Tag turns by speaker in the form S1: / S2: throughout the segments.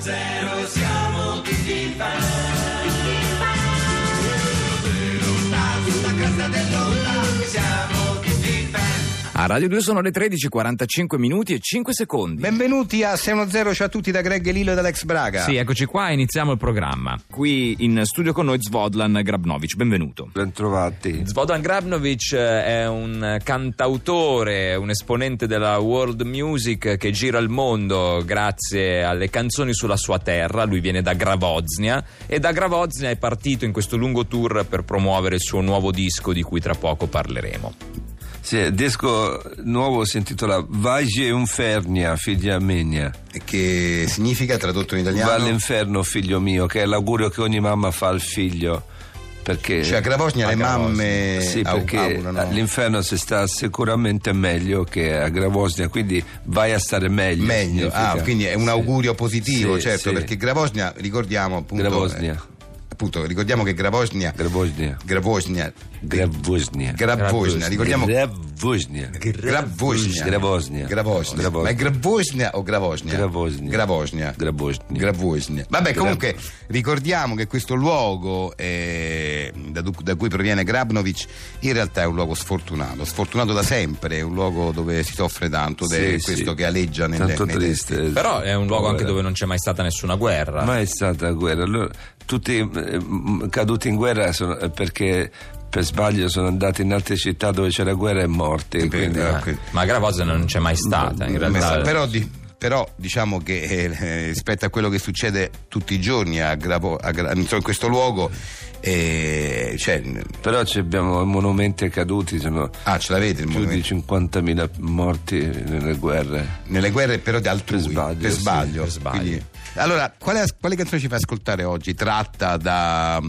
S1: zero siamo tutti fan. Zero, zero, sta sulla casa dell'onda, siamo tutti fan.
S2: A Radio 2 sono le 13:45 minuti e 5 secondi.
S3: Benvenuti a 610, ciao a tutti da Greg Lillo e da Alex Braga.
S2: Sì, eccoci qua e iniziamo il programma. Qui in studio con noi Zvodlan Grabnovic, benvenuto.
S4: Bentrovati.
S5: Zvodan Grabnovic eh, è un cantautore, un esponente della world music che gira il mondo grazie alle canzoni sulla sua terra. Lui viene da Gravoznia e da Gravoznia è partito in questo lungo tour per promuovere il suo nuovo disco di cui tra poco parleremo.
S4: Sì, il disco nuovo si intitola Vage Unfernia, figlia mia.
S3: Che significa, tradotto in italiano,
S4: Va all'inferno, figlio mio, che è l'augurio che ogni mamma fa al figlio. Perché
S3: cioè a Gravosnia le mamme
S4: Sì,
S3: au-
S4: perché
S3: augurano
S4: l'inferno si sta sicuramente meglio che a Gravosnia, quindi vai a stare meglio.
S3: meglio. Ah,
S4: significa.
S3: quindi è un
S4: Sì.
S3: augurio positivo,
S4: Sì,
S3: certo,
S4: sì.
S3: perché Gravosnia, ricordiamo appunto...
S4: Gravosnia.
S3: eh, appunto, ricordiamo che Gravosnia...
S4: Gravosnia.
S3: Gravosnia...
S4: Gravosnia.
S3: Gravosnia, ricordiamo...
S4: Gravosnia.
S3: Gravosnia.
S4: Gravosnia.
S3: Gravosnia.
S4: Gravosnia.
S3: Ma è Gravosnia o Gravosnia?
S4: Gravosnia.
S3: Gravosnia.
S4: Gravosnia.
S3: Gravosnia. Vabbè, comunque ricordiamo che questo luogo eh, da, du- da cui proviene Grabnovic in realtà è un luogo sfortunato, sfortunato da sempre, è un luogo dove si soffre tanto ed è
S4: Sì,
S3: questo
S4: sì.
S3: che aleggia nelle,
S4: Tanto
S3: nei testi.
S4: triste.
S5: Però è un luogo anche
S4: Povera.
S5: dove non c'è mai stata nessuna guerra.
S4: Ma è stata guerra. Allora, tutti eh, m- caduti in guerra sono- eh, perché per sbaglio sono andati in altre città dove c'era guerra e morti. quindi-
S3: eh,
S4: eh,
S3: que-
S5: Ma a Gravozia non c'è mai stata, in realtà.
S3: Messa- però, di- però diciamo che eh, eh, rispetto a quello che succede tutti i giorni a Gravo- a Gra- insomma, in questo luogo, eh, cioè,
S4: Però ci abbiamo monumenti ai caduti, sono
S3: ah, ce l'avete il
S4: più
S3: monumento?
S4: di 50.000 morti nelle guerre.
S3: nelle guerre però di altrui
S4: Per sbaglio, sì,
S5: per sbaglio.
S3: Quindi- allora quale, quale canzone ci fai ascoltare oggi tratta da,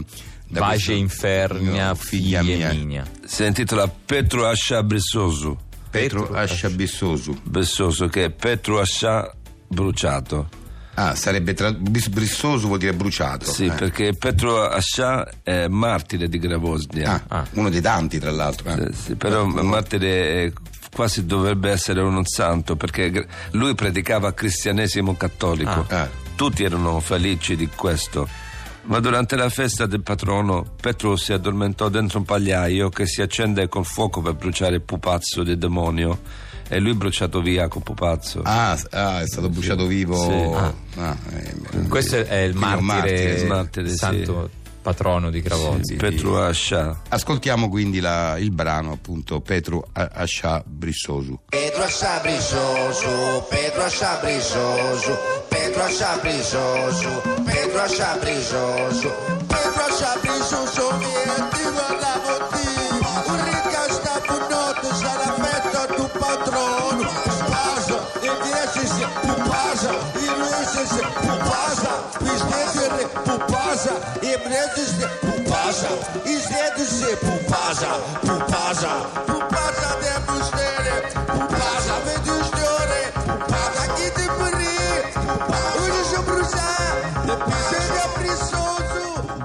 S3: da
S5: Vace
S3: questo-
S5: infernia,
S3: No,
S5: figlia mia.
S4: Si intitola Petro Ascia Bressoso,
S3: Petro Asciabissosu
S4: Bressoso che è Petro Ascia bruciato.
S3: ah sarebbe tra- bis- brissoso vuol dire bruciato
S4: Sì,
S3: eh.
S4: perché Petro Ascia è martire di Gravosnia.
S3: Ah,
S5: Ah.
S3: uno dei tanti tra l'altro eh.
S4: Eh, sì, però martire eh, quasi dovrebbe essere un santo perché gr- lui predicava cristianesimo cattolico.
S3: Ah. Ah.
S4: Tutti erano felici di questo. Ma durante la festa del patrono, Petro si addormentò dentro un pagliaio che si accende col fuoco per bruciare il pupazzo del demonio e lui bruciato via col pupazzo.
S3: Ah, s- ah, è stato bruciato vivo
S4: Sì.
S3: Ah. eh, beh.
S5: Questo è il
S3: Quindi è un
S5: martire,
S3: martire,
S4: martire, sì.
S5: santo patrono di Gravozzi.
S4: Petro Ascia.
S3: ascoltiamo quindi la- il brano appunto Petro Asciabrissosu
S6: Pedro Sabrisoso, Pedro Sabrisoso, Pedro Sabrisoso, Pedro Sabrisoso, Pedro Sabrisoso vieni guarda voti, un ricasta buonotto sarà fetto tu patrono, spasa, e dieci pupasa, e lucis pupasa, pistetire pupasa, e bretis pupasa, e sedus pupasa, pupasa, pupasa de bustere, pupasa me dustore, pupasa que te puri, hoje se bruxar, depois de aprisoso.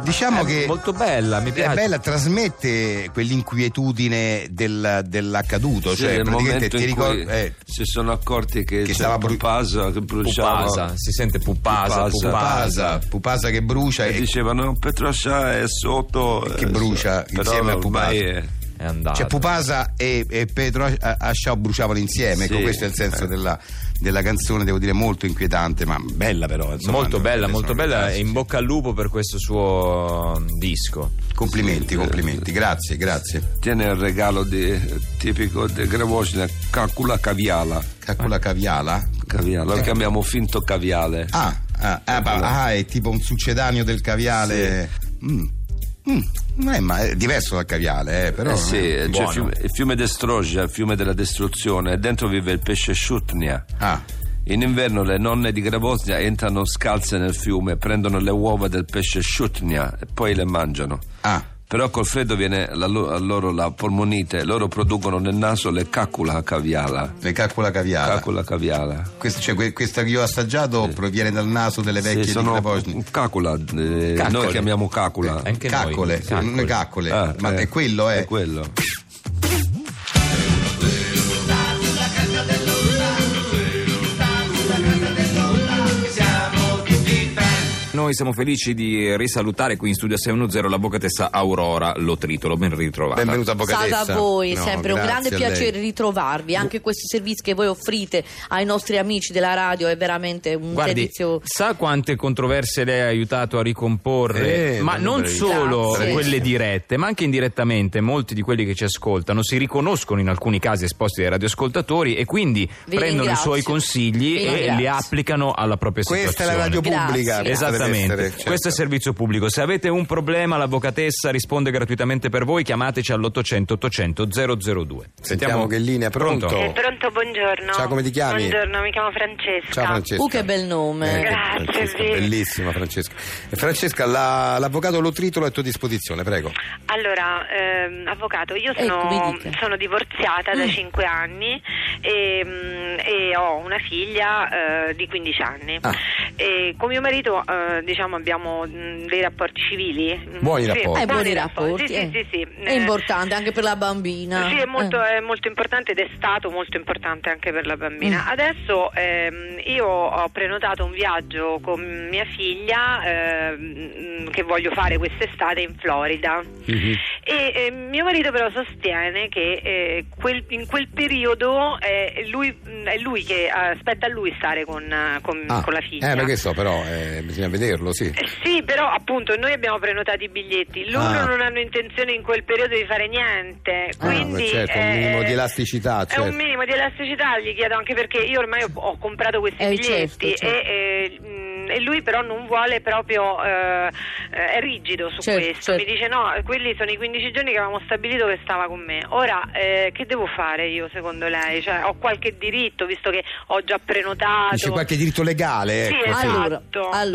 S3: diciamo che
S5: Molto bella, mi piace.
S3: È bella, trasmette quell'inquietudine del- dell'accaduto,
S4: Sì,
S3: cioè
S4: nel
S3: praticamente
S4: momento
S3: ti eh,
S4: in
S3: ricordi.
S4: cui si sono accorti che, c'era
S3: stava bru-
S4: Pupasa che bruciava
S5: Pupasa, si sente pupasa,
S4: Pupasa.
S5: pupasa.
S3: Pupasa, Pupasa che brucia
S4: e
S3: e- cioè,
S4: dicevano Petroscia è sotto
S3: Eh, E che
S4: eh,
S3: brucia
S4: però
S3: insieme a
S4: ormai eh,
S3: Pupasa.
S4: è-
S5: È andata.
S3: cioè Pupasa e, e Pedro As- Asciao bruciavano insieme, ecco
S4: Sì,
S3: questo è il senso
S4: eh.
S3: della, della canzone, devo dire molto inquietante, ma bella però. insomma,
S5: molto
S3: non-
S5: bella,
S3: non-
S5: molto
S3: sono-
S5: bella e
S3: sì.
S5: in bocca al lupo per questo suo mm, disco.
S3: Complimenti,
S4: eh.
S3: complimenti, grazie, grazie.
S4: tiene il regalo di- tipico di Gravosina Cacula Caviala
S3: Cacula caviala?
S4: Caviala lo chiamiamo finto caviale
S3: Eh. Ah, ah, ah, ma- ah, è tipo un succedaneo del caviale. Mm. Mm. Non è, ma è diverso dal caviale, eh, però.
S4: Eh
S3: non
S4: sì,
S3: è-
S4: c'è
S5: buono.
S4: il fiume, il fiume d'Estrogia, il fiume della distruzione, e dentro vive il pesce Shutnia.
S3: Ah.
S4: In inverno le nonne di Gravosnia entrano scalze nel fiume, prendono le uova del pesce Shutnia e poi le mangiano.
S3: Ah.
S4: Però col freddo viene la lo- a loro la polmonite, loro producono nel naso le cacula caviala.
S3: Le calcola caviale.
S4: Cacula caviala.
S3: Questa, cioè, que- questa che io ho assaggiato proviene dal naso delle vecchie
S4: Sì,
S3: di
S4: sono
S3: Crepogni.
S4: cacula, eh, noi
S5: Caccole.
S4: chiamiamo cacula.
S5: Anche noi.
S3: Caccole, sì,
S5: Caccole.
S3: noi caccole.
S4: Ah,
S3: ma
S4: eh,
S3: è quello, eh.
S4: È quello.
S1: siamo tutti
S5: Noi siamo felici di risalutare qui in studio 610 la vocatessa Aurora Lotritolo. Ben ritrovata.
S7: Benvenuta avvocatessa.
S8: Salve a voi,
S7: No,
S8: sempre un
S7: grazie
S8: grande
S7: a lei.
S8: piacere ritrovarvi. Anche questi servizi che voi offrite ai nostri amici della radio è veramente un
S9: Guardi,
S8: servizio.
S9: sa quante controversie lei ha aiutato a ricomporre,
S7: Eh,
S9: ma non
S7: bravissimo.
S9: solo
S8: Grazie.
S9: quelle dirette, ma anche indirettamente molti di quelli che ci ascoltano si riconoscono in alcuni casi esposti dai radioascoltatori e quindi
S8: Vi
S9: prendono i
S8: ringrazio.
S9: suoi consigli
S8: Vi
S9: e li
S8: ringrazio.
S9: applicano alla propria
S7: Questa è
S9: situazione.
S7: la radio
S8: Grazie.
S7: pubblica. questa deve
S9: Esattamente,
S7: essere,
S3: cioè,
S7: certo.
S9: questo è servizio pubblico. Se avete un problema, l'avvocatessa risponde gratuitamente per voi. Chiamateci all'800 800 002.
S3: Sentiamo che linea, pronto?
S10: Eh, pronto, buongiorno.
S3: Ciao, come ti chiami?
S10: Buongiorno, mi chiamo Francesca.
S3: Ciao Francesca.
S8: Uh, che bel
S7: Eh,
S8: nome.
S10: Grazie,
S3: eh, Francesca,
S10: sì.
S3: bellissima Francesca. E Francesca, la- l'avvocato Lotritolo è a tua disposizione, prego.
S10: Allora, ehm, avvocato, io
S8: Ecco,
S10: sono,
S8: mi dica.
S10: sono divorziata da
S8: Mm.
S10: 5 anni e, mm, e ho una figlia eh, di 15 anni.
S3: Ah.
S10: E con mio marito eh, diciamo, abbiamo mm, dei rapporti civili. Mm,
S3: Buoni
S10: sì,
S3: rapporti.
S8: Eh, buoni rapporti.
S10: Sì,
S8: eh.
S10: sì, sì, sì.
S8: È
S10: Eh,
S8: importante anche per la bambina.
S10: Sì, è molto,
S8: Eh.
S10: è molto importante ed è stato molto importante anche per la bambina.
S8: Mm.
S10: Adesso ehm, io ho prenotato un viaggio con mia figlia ehm, che voglio fare quest'estate in Florida e eh, mio marito però sostiene che eh, quel- in quel periodo è lui, è lui che eh, spetta a lui stare con, eh, con-
S3: Ah,
S10: con la figlia.
S3: Eh, perché so, però eh, bisogna vederlo, sì.
S10: Eh, Sì, però appunto noi abbiamo prenotato i biglietti, loro
S3: Ah.
S10: non hanno intenzione in quel periodo di fare niente,
S3: Ah,
S10: quindi
S3: beh, certo, un
S10: eh,
S3: minimo di elasticità,
S10: È un
S3: certo.
S10: minimo di elasticità, gli chiedo anche perché io ormai ho, ho comprato questi
S8: Eh,
S10: biglietti
S8: certo, certo.
S10: E, eh, mm, e lui però non vuole proprio, eh, eh, è rigido su
S8: Certo,
S10: questo, mi
S8: certo.
S10: dice no, quelli sono i 15 giorni che avevamo stabilito che stava con me, ora eh, che devo fare io secondo lei? Cioè, ho qualche diritto visto che ho già prenotato?
S3: Dice qualche diritto legale,
S10: Sì,
S3: ecco.
S10: esatto.
S8: Allora,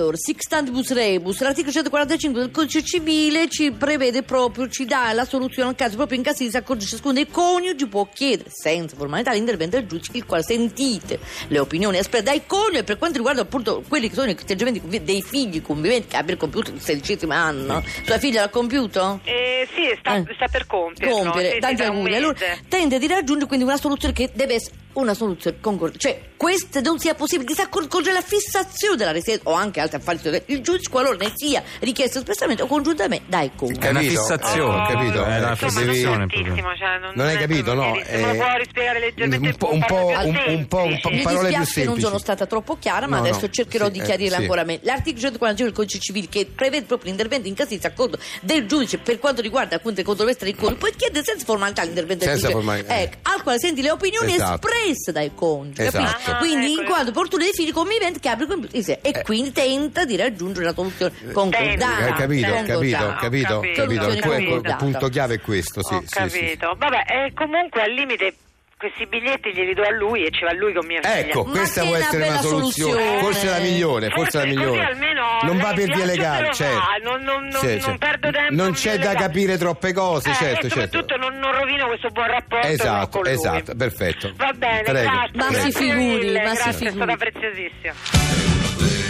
S8: allora, sixtantibus rebus, l'articolo 145 del codice civile ci prevede proprio, ci dà la soluzione al caso proprio in caso di disaccordo ciascuno dei coniugi può chiedere senza formalità l'intervento del giudice il quale sentite le opinioni espresse dai coniugi per quanto riguarda appunto quelli che sono i atteggiamenti convi- dei figli conviventi che abbiano compiuto il sedicesimo anno. Sua figlia l'ha compiuto?
S10: Eh, sì, sta,
S8: Eh.
S10: sta per compierlo.
S8: Compiere,
S10: sì, sì,
S8: tanti
S10: tra un
S8: auguri. Allora,
S10: mese.
S8: tende di raggiungere quindi una soluzione che deve essere una soluzione concordata. Cioè, questa non sia possibile, disaccorgere la fissazione della residenza o anche altri affari del il giudice qualora ne sia richiesto espressamente o congiuntamente dai comuni.
S9: È una
S3: Capito?
S9: fissazione.
S3: Eh, capito?
S9: È una
S3: Eh, che
S10: Oh. Insomma,
S3: devi-
S10: non
S9: fissazione.
S10: è tantissimo, cioè, non,
S3: Non hai
S10: è
S3: capito, no?
S10: tantissimo. Ma
S3: Eh,
S10: può rispiegare leggermente
S3: un po', un po', un-
S10: farlo più
S3: un po', un po'
S10: semplice?
S8: cioè, Mi
S3: parole più
S8: dispiace che non
S3: semplici.
S8: sono stata troppo chiara, ma
S3: No, no,
S8: adesso cercherò
S3: sì,
S8: di
S3: eh,
S8: chiarire
S3: sì.
S8: ancora meglio. L'articolo 145 del codice civile che prevede proprio l'intervento in caso di disaccordo del giudice per quanto riguarda appunto le controversie dei coni, poi chiede senza formalità l'intervento del
S3: Senza
S8: giudice
S3: formalità, eh.
S8: ecco, al quale senti le opinioni
S3: Esatto.
S8: espresse dai coniugi. capito?
S3: Esatto. Eh.
S10: Ah,
S8: Quindi
S10: ecco.
S8: in quanto opportuno dei figli conviventi che apre con e quindi tenta di raggiungere una soluzione concordata.
S3: Hai Eh, capito,
S10: Tengo
S3: capito,
S10: Ah, già.
S3: capito,
S10: Ho capito,
S3: capito.
S8: ho
S3: Il tuo-
S8: capito.
S3: il punto chiave è questo, sì,
S10: Ho
S3: sì, sì, sì.
S10: capito. Vabbè, eh, comunque al limite questi biglietti glieli do a lui e ci va lui con mia figlia.
S3: Ecco,
S8: Ma
S3: questa
S8: che
S3: può
S8: è una
S3: essere una
S8: bella
S3: soluzione.
S8: soluzione.
S3: Forse la migliore, forse la
S10: Forse
S3: migliore.
S10: così almeno
S3: non
S10: lei
S3: va per via
S10: piace,
S3: legale,
S10: però
S3: certo.
S10: va, non- non- non-
S3: Certo,
S10: non perdo
S3: certo.
S10: tempo
S3: Non
S10: in
S3: c'è
S10: via
S3: da
S10: legale.
S3: capire troppe cose,
S10: Eh,
S3: certo, certo.
S10: e soprattutto non, non rovino questo buon rapporto che ho
S3: Esatto,
S10: con lui.
S3: esatto, perfetto.
S10: Va bene,
S3: Prego.
S10: grazie.
S8: Ma si
S10: grazie
S8: figuri,
S10: mille,
S8: ma si
S10: grazie, è stata
S8: figuri.
S10: preziosissima.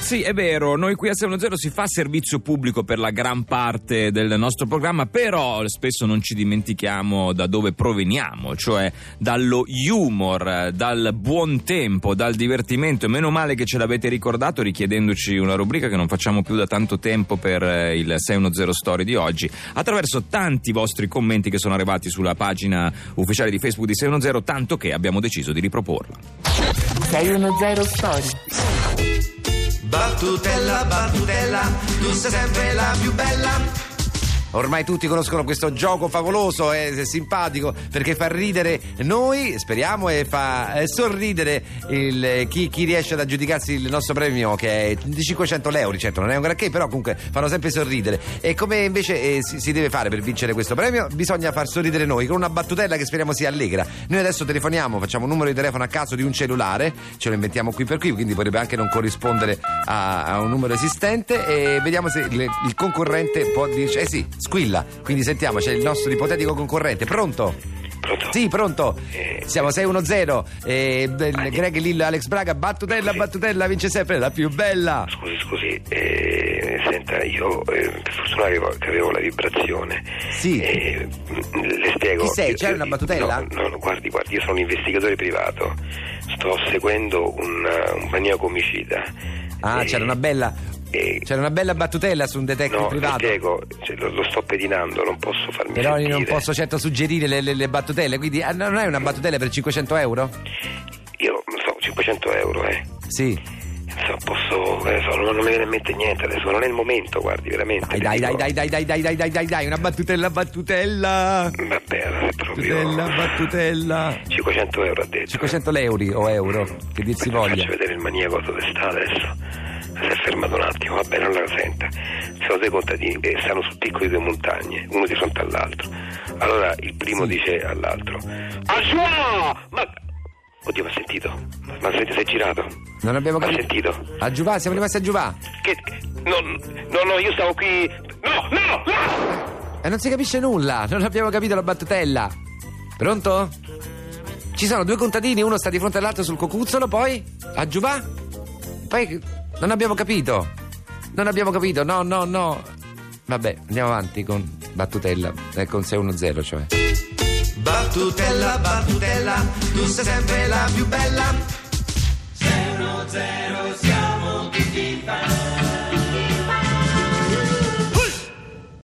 S5: Sì, è vero, noi qui a 610 si fa servizio pubblico per la gran parte del nostro programma, però spesso non ci dimentichiamo da dove proveniamo, cioè dallo humor, eh, dal buon tempo, dal divertimento. Meno male che ce l'avete ricordato richiedendoci una rubrica che non facciamo più da tanto tempo per eh, il 610 Story di oggi, attraverso tanti vostri commenti che sono arrivati sulla pagina ufficiale di Facebook di 610, tanto che abbiamo deciso di riproporla.
S11: 610 Story.
S12: Battutella, battutella, tu sei sempre la più bella.
S4: Ormai tutti conoscono questo gioco favoloso, è simpatico perché fa ridere noi, speriamo, e fa eh, sorridere il- eh, chi, chi riesce ad aggiudicarsi il nostro premio che è di 500 euro, certo non è un granché, però comunque fanno sempre sorridere. E come invece eh, si, si deve fare per vincere questo premio? Bisogna far sorridere noi con una battutella che speriamo sia allegra. Noi adesso telefoniamo, facciamo un numero di telefono a caso di un cellulare, ce lo inventiamo qui per qui, quindi potrebbe anche non corrispondere a, a un numero esistente e vediamo se il, il concorrente può dirci... Eh sì, squilla, quindi sentiamo, c'è il nostro ipotetico concorrente, pronto?
S13: Pronto?
S4: Sì, pronto.
S13: Eh,
S4: Siamo 6-1-0. Eh, bel-
S13: Agni.
S4: Greg Lillo, Alex Braga, battutella,
S13: Sì.
S4: battutella, vince sempre la più bella.
S13: Scusi, scusi, eh, senta, io eh, per fortuna avevo, che avevo la vibrazione.
S4: Sì.
S13: Eh, mm, le spiego.
S4: Chi sei?
S13: Io-
S4: C'è
S13: io-
S4: una battutella?
S13: No, no, no, guardi, guardi, io sono un investigatore privato. Sto seguendo un, un maniaco omicida.
S4: Ah,
S13: Eh,
S4: c'era una bella.
S13: eh,
S4: C'era una bella battutella su un detective
S13: No, le
S4: privato.
S13: spiego, cioè, lo, lo sto pedinando, non posso farmi
S4: Però io
S13: sentire.
S4: non posso certo suggerire le, le- le battutelle, quindi ah, no, non è una battutella per 500 euro?
S13: Io non so, 500 euro, eh.
S4: Sì.
S13: Non posso, che ne so, non, non mi viene in mente niente adesso, non è il momento, guardi, veramente.
S4: Dai,
S13: le
S4: dai,
S13: dico.
S4: dai, dai, dai, dai, dai, dai, dai, dai, dai, una battutella, battutella.
S13: Vabbè, allora è proprio...
S4: Battutella, battutella.
S13: 500 euro ha detto.
S4: 500 euro o euro, che dir si
S13: Aspetta,
S4: voglia.
S13: Faccio vedere il maniaco dove sta adesso. Si è fermato un attimo, vabbè, non la senta. Sono dei contadini e stanno su piccoli due montagne, uno di fronte all'altro. Allora il primo dice all'altro: Asciua! Ma. Oddio, mi ha sentito? Ma ma senti, sei girato?
S4: Non abbiamo
S13: Ma ha
S4: capito.
S13: sentito?
S4: A Giuvà, siamo rimasti a Giuvà.
S13: Che. No, no, no, io stavo qui. No, no, no!
S4: E non si capisce nulla, non abbiamo capito la battutella. Pronto? Ci sono due contadini, uno sta di fronte all'altro sul cocuzzolo, poi a Giuvà. Poi non abbiamo capito. Non abbiamo capito, no, no, no. Vabbè, andiamo avanti con battutella, eh, con 610 cioè.
S14: Battutella, battutella, tu sei sempre la più bella.